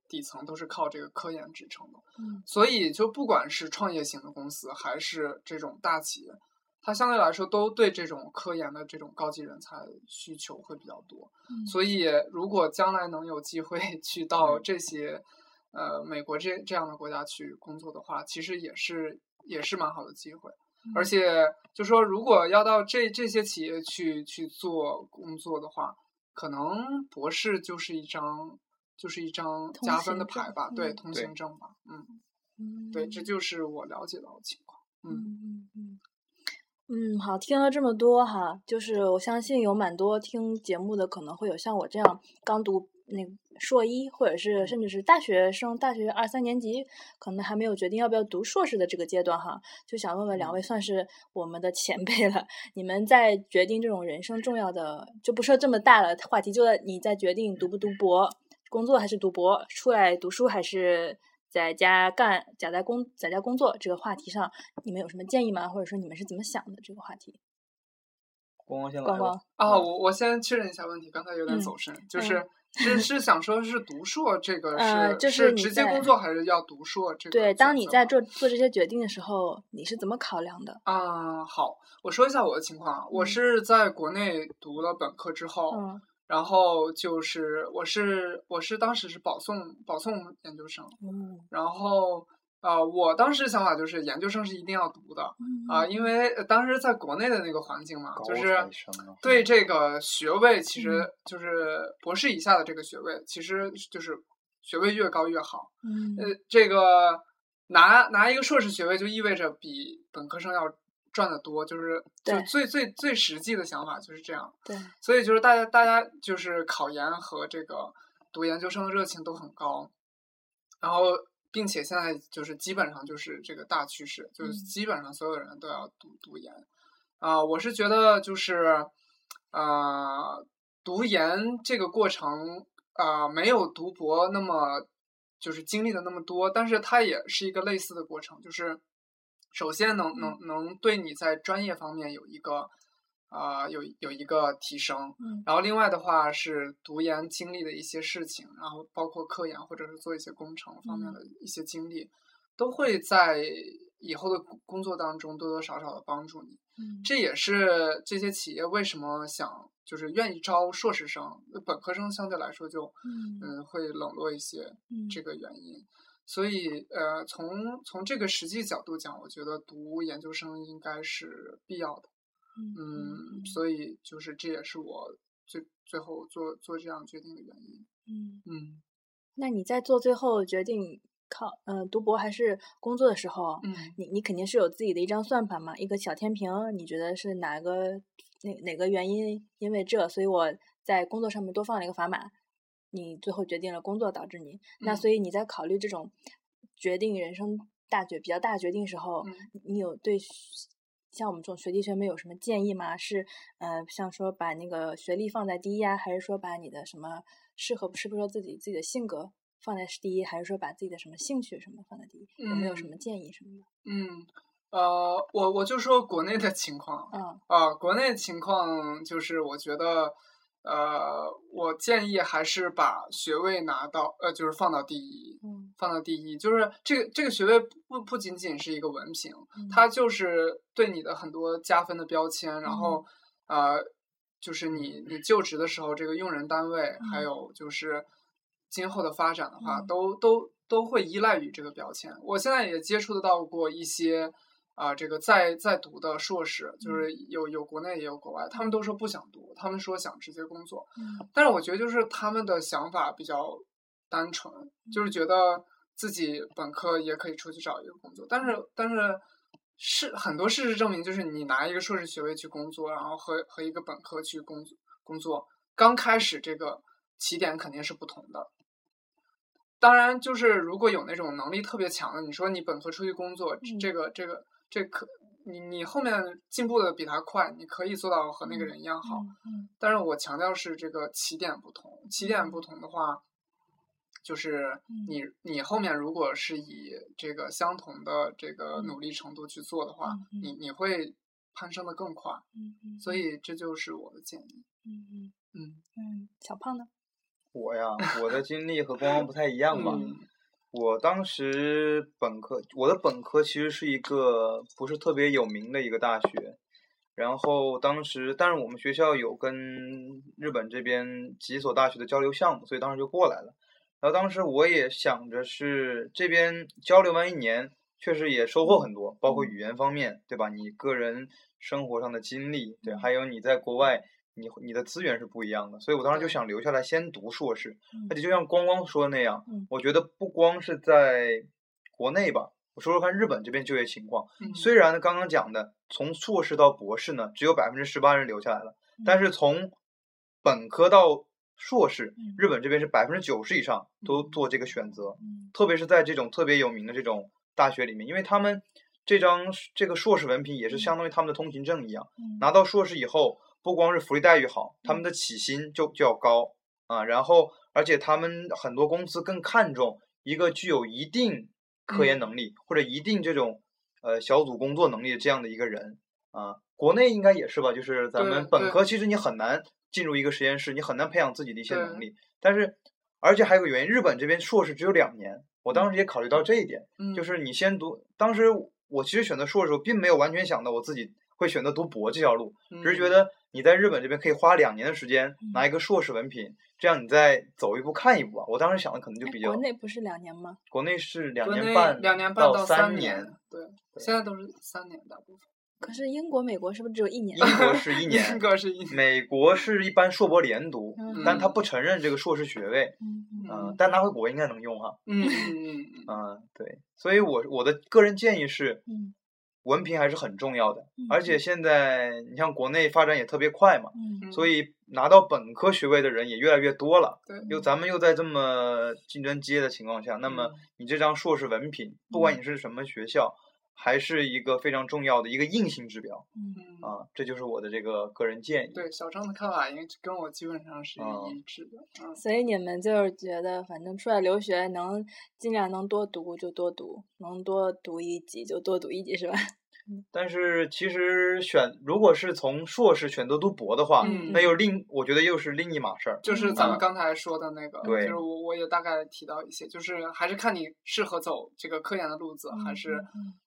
Speaker 3: 底层都是靠这个科研支撑的，
Speaker 1: 嗯
Speaker 3: 所以就不管是创业型的公司还是这种大企业，它相对来说都对这种科研的这种高级人才需求会比较多。
Speaker 1: 嗯
Speaker 3: 所以，如果将来能有机会 (laughs) 去到
Speaker 2: 嗯
Speaker 3: 这些，呃，美国这这样的国家去工作的话，其实也是也是蛮好的机会。而
Speaker 1: 嗯
Speaker 3: 且，就说如果要到这这些企业去去做工作的话，可能博士就是一张就是一张
Speaker 1: 通
Speaker 3: 加分的
Speaker 1: 行证
Speaker 3: 牌吧，对，
Speaker 1: 嗯
Speaker 3: 通
Speaker 2: 对
Speaker 3: 行证吧，嗯，
Speaker 1: 嗯
Speaker 3: 对，这就是我了解到的情况。嗯
Speaker 1: 嗯嗯嗯，好，听了这么多哈，就是我相信有蛮多听节目的可能会有像我这样刚读那个硕一，或者是甚至是大学生，大学二三年级，可能还没有决定要不要读硕士的这个阶段哈，就想问问两位，算是我们的前辈了，你们在决定这种人生重要的，就不说这么大了话题，就在你在决定读不读博，工作还是读博，出来读书还是在家干，在家工在家工作这个话题上，你们有什么建议吗？或者说你们是怎么想的这个话题？
Speaker 2: 光光先来
Speaker 1: 光
Speaker 2: 吧。
Speaker 1: 光，
Speaker 3: 啊，
Speaker 2: 嗯
Speaker 3: 我我先确认一下问题，刚才有点
Speaker 1: 嗯
Speaker 3: 走神，就
Speaker 1: 嗯
Speaker 3: 是是是想说，是读硕这个是、
Speaker 1: 呃就是是你
Speaker 3: 直接
Speaker 1: 在
Speaker 3: 工作还是要读硕这个选择吗？
Speaker 1: 对，当你在做做这些决定的时候，你是怎么考量的？
Speaker 3: 啊，好，我说一下我的情况啊，我
Speaker 1: 嗯
Speaker 3: 是在国内读了本科之后，
Speaker 1: 嗯
Speaker 3: 然后就是我是我是当时是保送保送研究生，
Speaker 1: 嗯
Speaker 3: 然后啊、我当时想法就是研究生是一定要读的
Speaker 1: 嗯
Speaker 3: 啊、因为呃当时在国内的那个环境嘛，
Speaker 2: 高
Speaker 3: 就
Speaker 2: 材
Speaker 3: 是
Speaker 2: 生啊，
Speaker 3: 对这个学位，其实就是博士以下的这个学位，其实就是学位越高越好。
Speaker 1: 嗯
Speaker 3: 呃，这个拿拿一个硕士学位就意味着比本科生要赚得多，就是就
Speaker 1: 对
Speaker 3: 最最最实际的想法就是这样。
Speaker 1: 对，
Speaker 3: 所以就是大家大家就是考研和这个读研究生的热情都很高，然后并且现在就是基本上就是这个大趋势，就是
Speaker 1: 嗯
Speaker 3: 基本上所有人都要读读研啊、我是觉得就是呃，读研这个过程啊、没有读博那么就是经历的那么多，但是它也是一个类似的过程，就是首先能能能对你在专业方面有一个啊、有有一个提升，
Speaker 1: 嗯
Speaker 3: 然后另外的话是读研经历的一些事情，然后包括科研或者是做一些工程方面
Speaker 1: 嗯
Speaker 3: 的一些经历，都会在以后的工工作当中多多少少的帮助你。
Speaker 1: 嗯
Speaker 3: 这也是这些企业为什么想就是愿意招硕士生，呃本科生相对来说就
Speaker 1: 嗯
Speaker 3: 嗯会冷落一些，
Speaker 1: 嗯
Speaker 3: 这个原因。所以，呃，从从这个实际角度讲，我觉得读研究生应该是必要的。嗯，所以就是这也是我最最后做做这样决定的原因。
Speaker 1: 嗯，
Speaker 3: 嗯
Speaker 1: 那你在做最后决定考呃读博还是工作的时候，
Speaker 3: 嗯
Speaker 1: 你你肯定是有自己的一张算盘嘛，一个小天平，你觉得是哪个哪哪个原因？因为这，所以我在工作上面多放了一个砝码。你最后决定了工作导致你，那
Speaker 3: 嗯
Speaker 1: 所以你在考虑这种决定人生大决比较大决定时候，
Speaker 3: 嗯
Speaker 1: 你你有对学像我们这种学弟学妹有什么建议吗？是呃，像说把那个学历放在第一呀、还是说把你的什么适合适不适合自己自己的性格放在第一，还是说把自己的什么兴趣什么放在第一？有没有什
Speaker 3: 嗯
Speaker 1: 么建议什么的？
Speaker 3: 嗯，呃，我我就说国内的情况
Speaker 1: 嗯
Speaker 3: 啊、国内情况就是我觉得，呃，我建议还是把学位拿到，呃，就是放到第一，
Speaker 1: 嗯
Speaker 3: 放到第一，就是这个这个学位不不仅仅是一个文凭，
Speaker 1: 嗯
Speaker 3: 它就是对你的很多加分的标签，
Speaker 1: 嗯
Speaker 3: 然后、呃，就是你你就职的时候，这个用人单位，还
Speaker 1: 嗯
Speaker 3: 有就是今后的发展的话，
Speaker 1: 嗯
Speaker 3: 都都都会依赖于这个标签。我现在也接触得到过一些啊、这个在在读的硕士，
Speaker 1: 嗯
Speaker 3: 就是有有国内也有国外，他们都说不想读，他们说想直接工作。
Speaker 1: 嗯
Speaker 3: 但是我觉得就是他们的想法比较单纯，就是觉得自己本科也可以出去找一个工作，但是但是是很多事实证明，就是你拿一个硕士学位去工作，然后和和一个本科去工作工作，刚开始这个起点肯定是不同的。当然，就是如果有那种能力特别强的，你说你本科出去工作，
Speaker 1: 嗯
Speaker 3: 这个这个这可你你后面进步的比他快，你可以做到和那个
Speaker 1: 嗯
Speaker 3: 人一样好。
Speaker 1: 嗯嗯
Speaker 3: 但是我强调是这个起点不同，起点不同的话，就是
Speaker 1: 嗯
Speaker 3: 你你后面如果是以这个相同的这个
Speaker 1: 嗯
Speaker 3: 努力程度去做的话，
Speaker 1: 嗯嗯
Speaker 3: 你你会攀升的更快，
Speaker 1: 嗯嗯，
Speaker 3: 所以这就是我的建议。
Speaker 1: 嗯嗯
Speaker 3: 嗯
Speaker 1: 嗯，小胖呢？
Speaker 2: 我呀，我的经历和光光不太一样吧。
Speaker 3: 嗯
Speaker 2: 我当时本科，我的本科其实是一个不是特别有名的一个大学，然后当时，但是我们学校有跟日本这边几所大学的交流项目，所以当时就过来了。然后当时我也想着是这边交流完一年，确实也收获很多，包括
Speaker 1: 嗯
Speaker 2: 语言方面，对吧？你个人生活上的经历，对，
Speaker 1: 嗯
Speaker 2: 还有你在国外，你你的资源是不一样的，所以我当时就
Speaker 3: 对
Speaker 2: 想留下来先读硕士。
Speaker 1: 嗯
Speaker 2: 而且就像光光说的那样
Speaker 1: 嗯，
Speaker 2: 我觉得不光是在国内吧，我说说看日本这边就业情况。
Speaker 3: 嗯，
Speaker 2: 虽然呢，刚刚讲的从硕士到博士呢，只有百分之十八人留下来了，
Speaker 4: 嗯
Speaker 2: 但是从本科到硕士
Speaker 1: 嗯，
Speaker 2: 日本这边是百分之九十以上都
Speaker 3: 嗯
Speaker 2: 做这个选择，
Speaker 1: 嗯
Speaker 2: 特别是在这种特别有名的这种大学里面，因为他们这张这个硕士文凭也是相当于他们的通行证一样。
Speaker 1: 嗯
Speaker 2: 拿到硕士以后，不光是福利待遇好，他们
Speaker 3: 嗯
Speaker 2: 的起薪就就要高啊，然后而且他们很多公司更看重一个具有一定科研
Speaker 3: 嗯
Speaker 2: 能力、或者一定这种呃小组工作能力的这样的一个人啊。国内应该也是吧，就是咱们
Speaker 3: 对
Speaker 2: 本
Speaker 3: 对
Speaker 2: 科其实你很难进入一个实验室，你很难培养自己的一些能
Speaker 3: 对
Speaker 2: 力，但是而且还有个原因，日本这边硕士只有两年，我当时也考虑到这一点。
Speaker 3: 嗯
Speaker 2: 就是你先读。当时我其实选择硕士，我并没有完全想到我自己会选择读博这条路，只是觉
Speaker 3: 嗯
Speaker 2: 得你在日本这边可以花两年的时间拿
Speaker 1: 嗯
Speaker 2: 一个硕士文凭，这样你再走一步看一步啊。我当时想的可能
Speaker 1: 哎
Speaker 2: 就比较
Speaker 4: 哎国内不是两年吗？
Speaker 2: 国内是两
Speaker 3: 国内
Speaker 2: 年半，
Speaker 3: 两年半
Speaker 2: 到
Speaker 3: 三
Speaker 2: 年，，
Speaker 3: 对，现在都是三年大部分。
Speaker 4: 可是英国、美国是不是只有一年
Speaker 2: 英？国是
Speaker 3: (laughs)
Speaker 2: 一
Speaker 3: 英
Speaker 2: 年，
Speaker 3: 国是一年，
Speaker 2: 美国是一般硕博连读，
Speaker 4: 嗯
Speaker 2: 但他不承认这个硕士学位，
Speaker 4: 嗯
Speaker 2: 嗯、但拿回国应该能用哈，
Speaker 3: 嗯嗯嗯，
Speaker 2: 嗯、对，所以我我的个人建议是，
Speaker 4: 嗯
Speaker 2: 文凭还是很重要的，
Speaker 4: 嗯
Speaker 2: 而且现在你像国内发展也特别快嘛，
Speaker 4: 嗯
Speaker 3: 嗯
Speaker 2: 所以拿到本科学位的人也越来越多了。
Speaker 3: 对
Speaker 2: 又咱们又在这么竞争激烈的情况下，那么
Speaker 3: 嗯
Speaker 2: 你这张硕士文凭，不管你是什么学校，还是一个非常重要的一个硬性指标
Speaker 3: 嗯
Speaker 2: 啊。这就是我的这个个人建议。
Speaker 3: 对小张的看法，应该跟我基本上
Speaker 2: 啊
Speaker 3: 是一致的。嗯，
Speaker 4: 所以你们就是觉得，反正出来留学能尽量能多读就多读，能多读一级就多读一级，是吧？
Speaker 2: 但是其实选如果是从硕士选择读博的话，
Speaker 3: 嗯
Speaker 2: 那又另我觉得又是另一码事儿。
Speaker 3: 就是
Speaker 4: 嗯
Speaker 3: 咱们刚才说的那个，
Speaker 2: 对
Speaker 3: 就是我我也大概提到一些，就是还是看你适合走这个科研的路子，
Speaker 4: 嗯
Speaker 3: 还是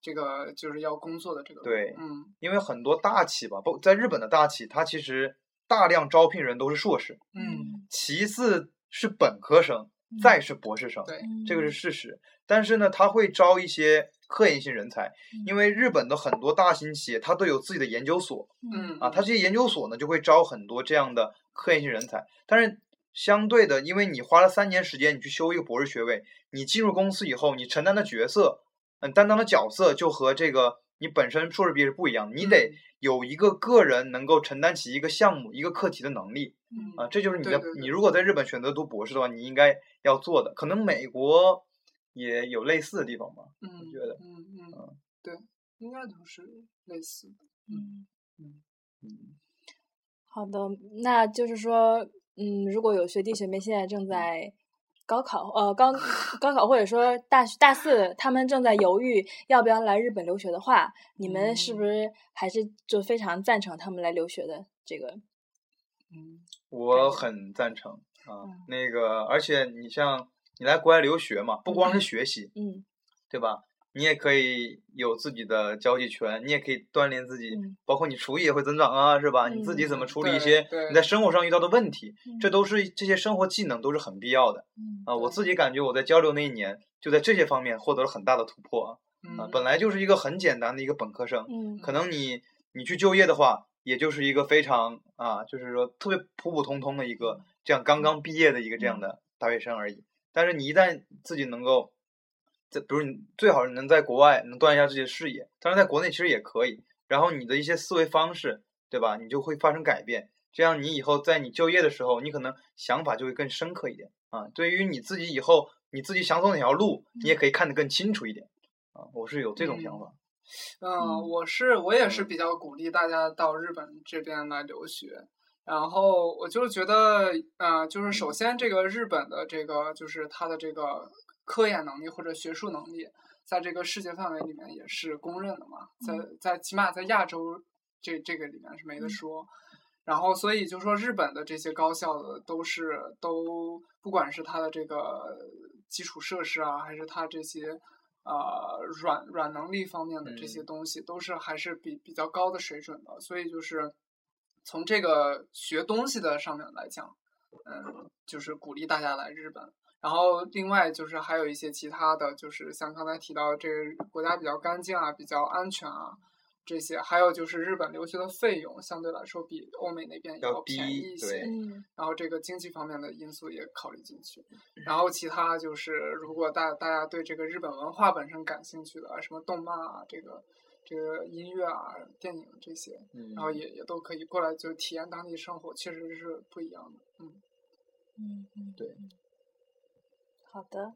Speaker 3: 这个就是要工作的这个路。
Speaker 2: 嗯对
Speaker 3: 嗯
Speaker 2: 因为很多大企吧，包在日本的大企，它其实大量招聘人都是硕士，
Speaker 3: 嗯
Speaker 2: 其次是本科生，再是博士生。
Speaker 3: 对
Speaker 2: 嗯
Speaker 1: 嗯
Speaker 4: 嗯
Speaker 2: 这个是事实。但是呢，他会招一些科研性人才，因为日本的很多大型企业它都有自己的研究所
Speaker 3: 嗯
Speaker 2: 啊，它这些研究所呢就会招很多这样的科研性人才。但是相对的，因为你花了三年时间你去修一个博士学位，你进入公司以后，你承担的角色，嗯，担当的角色就和这个你本身硕士毕业是不一样的，你得
Speaker 3: 嗯
Speaker 2: 有一个个人能够承担起一个项目、一个课题的能力。
Speaker 3: 嗯
Speaker 2: 啊，这就是你
Speaker 3: 对
Speaker 2: 在
Speaker 3: 对对
Speaker 2: 你如果在日本选择读博士的话，你应该要做的。可能美国也有类似的地方吧。
Speaker 3: 嗯，
Speaker 2: 觉得
Speaker 3: 嗯嗯，对，应该都是类似的。
Speaker 4: 嗯
Speaker 2: 嗯，
Speaker 4: 好的，那就是说，嗯，如果有学弟学妹现在正在高考，呃，高高考或者说大学大四，他们正在犹豫要不要来日本留学的话，你们是不是还是就非常赞成他们来留学的这个？
Speaker 3: 嗯
Speaker 2: 我
Speaker 4: 感觉
Speaker 2: 很赞成啊。那个，而且你像你来国外留学嘛，不光是学习，
Speaker 4: 嗯
Speaker 2: 对吧？你也可以有自己的交际圈，你也可以锻炼自己，
Speaker 4: 嗯
Speaker 2: 包括你厨艺也会增长啊，是吧？你自己怎么
Speaker 3: 嗯
Speaker 2: 处理
Speaker 3: 对
Speaker 2: 一些
Speaker 3: 对
Speaker 2: 你在生活上遇到的问题，这
Speaker 4: 嗯
Speaker 2: 都是这些生活技能都是很必要的
Speaker 4: 嗯
Speaker 2: 啊。我
Speaker 3: 对
Speaker 2: 自己感觉我在交流那一年，就在这些方面获得了很大的突破啊。
Speaker 3: 嗯
Speaker 2: 啊，本来就是一个很简单的一个本科生，
Speaker 4: 嗯
Speaker 2: 可能你你去就业的话，也就是一个非常啊，就是说特别普普通通的一个这样刚刚毕业的一个这样的大学生而已。但是你一旦自己能够，在比如你最好是能在国外能锻炼一下自己的视野，当然在国内其实也可以。然后你的一些思维方式，对吧？你就会发生改变，这样你以后在你就业的时候，你可能想法就会更深刻一点啊。对于你自己以后你自己想走哪条路，你也可以看得更清楚一点。啊，我是有这种想
Speaker 3: 嗯
Speaker 2: 法。
Speaker 3: 嗯，我是我也是比较鼓励大家到日本这边来留学，然后我就觉得，呃，就是首先这个日本的这个就是它的这个科研能力或者学术能力，在这个世界范围里面也是公认的嘛，在在起码在亚洲这这个里面是没得说。然后，所以就说日本的这些高校的都是都，不管是它的这个基础设施啊，还是它这些呃软软能力方面的这些
Speaker 2: 嗯
Speaker 3: 东西，都是还是比比较高的水准的。所以就是从这个学东西的上面来讲，嗯，就是鼓励大家来日本。然后另外就是还有一些其他的，就是像刚才提到这个国家比较干净啊，比较安全啊，这些，还有就是日本留学的费用相对来说比欧美那边
Speaker 2: 要
Speaker 3: 便
Speaker 2: 低
Speaker 3: 宜一
Speaker 2: 对，
Speaker 3: 些
Speaker 4: 嗯
Speaker 3: 然后这个经济方面的因素也考虑进去，
Speaker 2: 嗯
Speaker 3: 然后其他就是如果大大家对这个日本文化本身感兴趣的啊，什么动漫啊，这个这个音乐啊、电影这些，
Speaker 2: 嗯
Speaker 3: 然后也也都可以过来就体验当地生活，确实是不一样的，嗯
Speaker 4: 嗯嗯，
Speaker 2: 对
Speaker 4: 嗯。好的，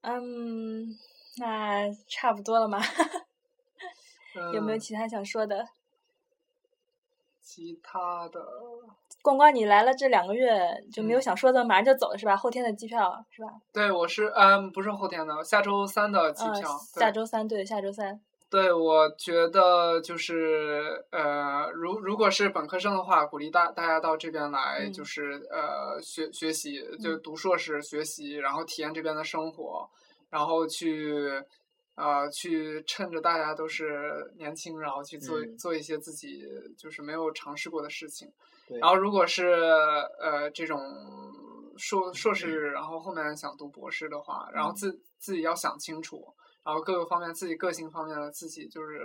Speaker 4: 嗯，那差不多了吗？ (laughs) 有没有
Speaker 3: 嗯
Speaker 4: 其他想说的？
Speaker 3: 其他的？
Speaker 4: 逛逛，你来了这两个月就没有
Speaker 3: 嗯
Speaker 4: 想说的，马上就走了是吧？后天的机票是吧？
Speaker 3: 对，我是嗯，不是后天的，下周三的机
Speaker 4: 嗯，
Speaker 3: 票，对
Speaker 4: 下周三对，下周三。
Speaker 3: 对，我觉得就是呃，如如果是本科生的话，鼓励大大家到这边来，
Speaker 4: 嗯
Speaker 3: 就是呃学学习，就
Speaker 4: 嗯
Speaker 3: 读硕士学习，然后体验这边的生活，然后去呃去趁着大家都是年轻，然后去做、
Speaker 2: 嗯
Speaker 3: 做一些自己就是没有尝试过的事情。
Speaker 2: 对
Speaker 3: 然后如果是呃这种硕硕士，然后后面想读博士的话，然后自自己要想清楚，然后各个方面自己个性方面的自己就是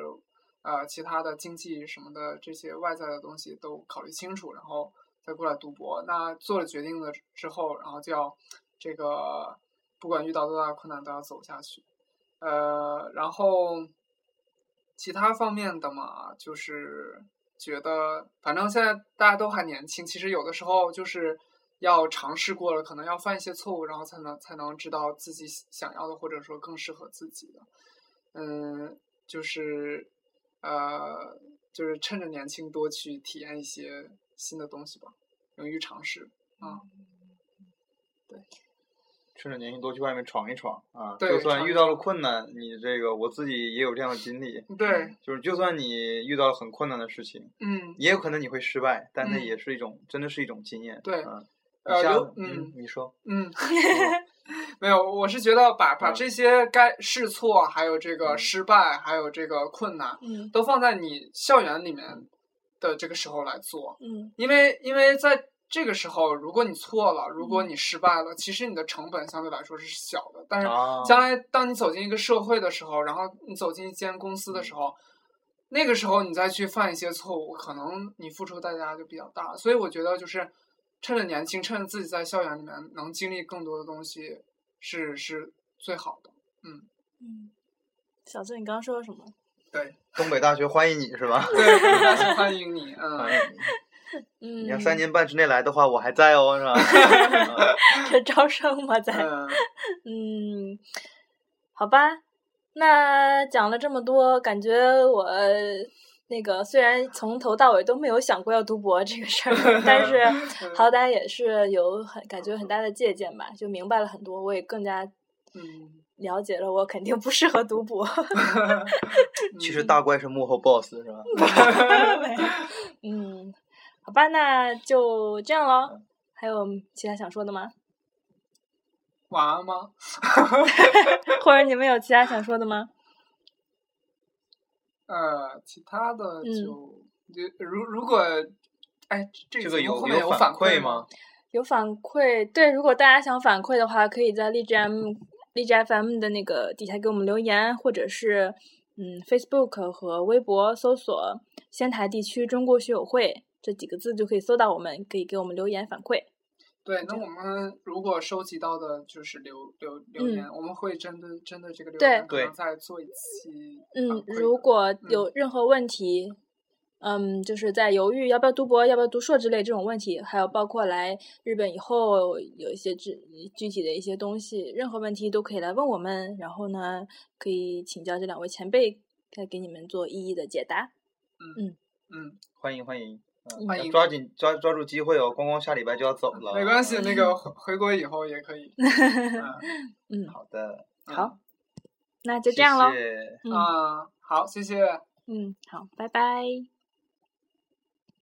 Speaker 3: 呃其他的经济什么的这些外在的东西都考虑清楚，然后再过来读博。那做了决定了之后，然后就要这个不管遇到多大的困难都要走下去。呃，然后其他方面的嘛，就是觉得反正现在大家都还年轻，其实有的时候就是要尝试过了，可能要犯一些错误，然后才能才能知道自己想要的，或者说更适合自己的。嗯，就是呃，就是趁着年轻多去体验一些新的东西吧，勇于尝试啊。
Speaker 2: 趁着年轻多去外面闯一闯啊！
Speaker 3: 对
Speaker 2: 就
Speaker 3: 闯
Speaker 2: 算
Speaker 3: 一
Speaker 2: 遇到了困难，你这个我自己也有这样的经历，
Speaker 3: 对，
Speaker 2: 就是就算你遇到了很困难的事情，
Speaker 3: 嗯，
Speaker 2: 也有可能你会失败，但那
Speaker 3: 嗯
Speaker 2: 也是一种，真的是一种经验。
Speaker 3: 对
Speaker 2: 啊、
Speaker 3: 呃
Speaker 2: 一下
Speaker 3: 有
Speaker 2: 子
Speaker 3: 嗯
Speaker 2: 嗯，你说，
Speaker 3: 嗯，没有，我是觉得把把
Speaker 2: 嗯
Speaker 3: 这些该试错，还有这个
Speaker 2: 嗯
Speaker 3: 失败，还有这个困难，
Speaker 1: 嗯
Speaker 3: 都放在你校园里面的这个时候来做，
Speaker 1: 嗯
Speaker 3: 因为因为在这个时候，如果你错了，如
Speaker 2: 嗯
Speaker 3: 果你失败了，其实你的成本相对来说是小的， (laughs) 但是
Speaker 2: 啊，
Speaker 3: 将来当你走进一个社会的时候，然后你走进一间公司的时候，那个时候你再去犯一些错误，可能你付出的代价就比较大。所以我觉得就是趁着年轻，趁着自己在校园里面能经历更多的东西是是最好的。
Speaker 1: 嗯，小郑，你刚刚说了什么？
Speaker 3: 对，
Speaker 2: 东北大学欢迎你是吧？
Speaker 3: 对，我大家欢迎你，
Speaker 2: 欢迎
Speaker 3: 嗯，
Speaker 2: 你。
Speaker 1: 嗯，
Speaker 2: 你要三年半之内来的话，我还在哦，是吧？
Speaker 3: (laughs)
Speaker 2: 啊
Speaker 1: 这招生嘛，咱
Speaker 2: (laughs)
Speaker 3: 嗯，
Speaker 1: 嗯，好吧，那讲了这么多，感觉我那个虽然从头到尾都没有想过要读博这个事儿，但
Speaker 3: (laughs)
Speaker 1: 是
Speaker 3: 嗯
Speaker 1: 好歹也是有很感觉很大的借鉴吧，就明白了很多，我也更加
Speaker 3: 嗯，
Speaker 1: 了解了，我肯定不适合读博。
Speaker 2: 其实
Speaker 3: 嗯
Speaker 2: 大怪是幕后 boss 是吧？
Speaker 1: 嗯，好吧，那就这样喽。还有其他想说的吗？ (laughs)
Speaker 3: 晚安吗？
Speaker 1: 或者你们有其他想说的吗？
Speaker 3: 呃，其他的
Speaker 1: 嗯
Speaker 3: 就就如如果，哎，这
Speaker 2: 这
Speaker 3: 节
Speaker 2: 个
Speaker 3: 目
Speaker 2: 有
Speaker 3: 后面
Speaker 2: 有
Speaker 3: 反
Speaker 2: 反馈
Speaker 3: 吗
Speaker 2: 吗？？
Speaker 1: 有反馈，对，如果大家想反馈的话，可以在荔枝 M、荔枝 FM 的那个底下给我们留言，或者是嗯 Facebook 和微博搜索“仙台地区中国学友会”这几个字就可以搜到我们，可以给我们留言反馈。
Speaker 3: 对，那我们如果收集到的就是留留留言，我们会针对针对这个
Speaker 1: 嗯
Speaker 3: 留
Speaker 1: 对
Speaker 3: 言，可能
Speaker 2: 对
Speaker 3: 再做一期反
Speaker 1: 嗯，
Speaker 3: 馈的。嗯
Speaker 1: 如果有任何问题，嗯，就是在犹豫要不要读博、要不要读硕之类这种问题，还有包括来日本以后有一些具具体的一些东西，任何问题都可以来问我们，然后呢，可以请教这两位前辈，再给你们做一一的解答。
Speaker 3: 嗯，
Speaker 2: 欢迎欢迎，嗯
Speaker 3: 欢
Speaker 2: 要
Speaker 3: 迎
Speaker 2: 抓紧抓抓住机会哦，光光下礼拜就要走了。
Speaker 3: 没关系，那个回回国以后也
Speaker 1: (laughs)
Speaker 3: 可以。嗯
Speaker 1: 嗯，
Speaker 2: 好的，
Speaker 3: 啊
Speaker 1: 好，那就这样喽。
Speaker 2: 谢谢
Speaker 1: 嗯
Speaker 3: 啊，好，谢谢。
Speaker 1: 嗯，好，拜拜。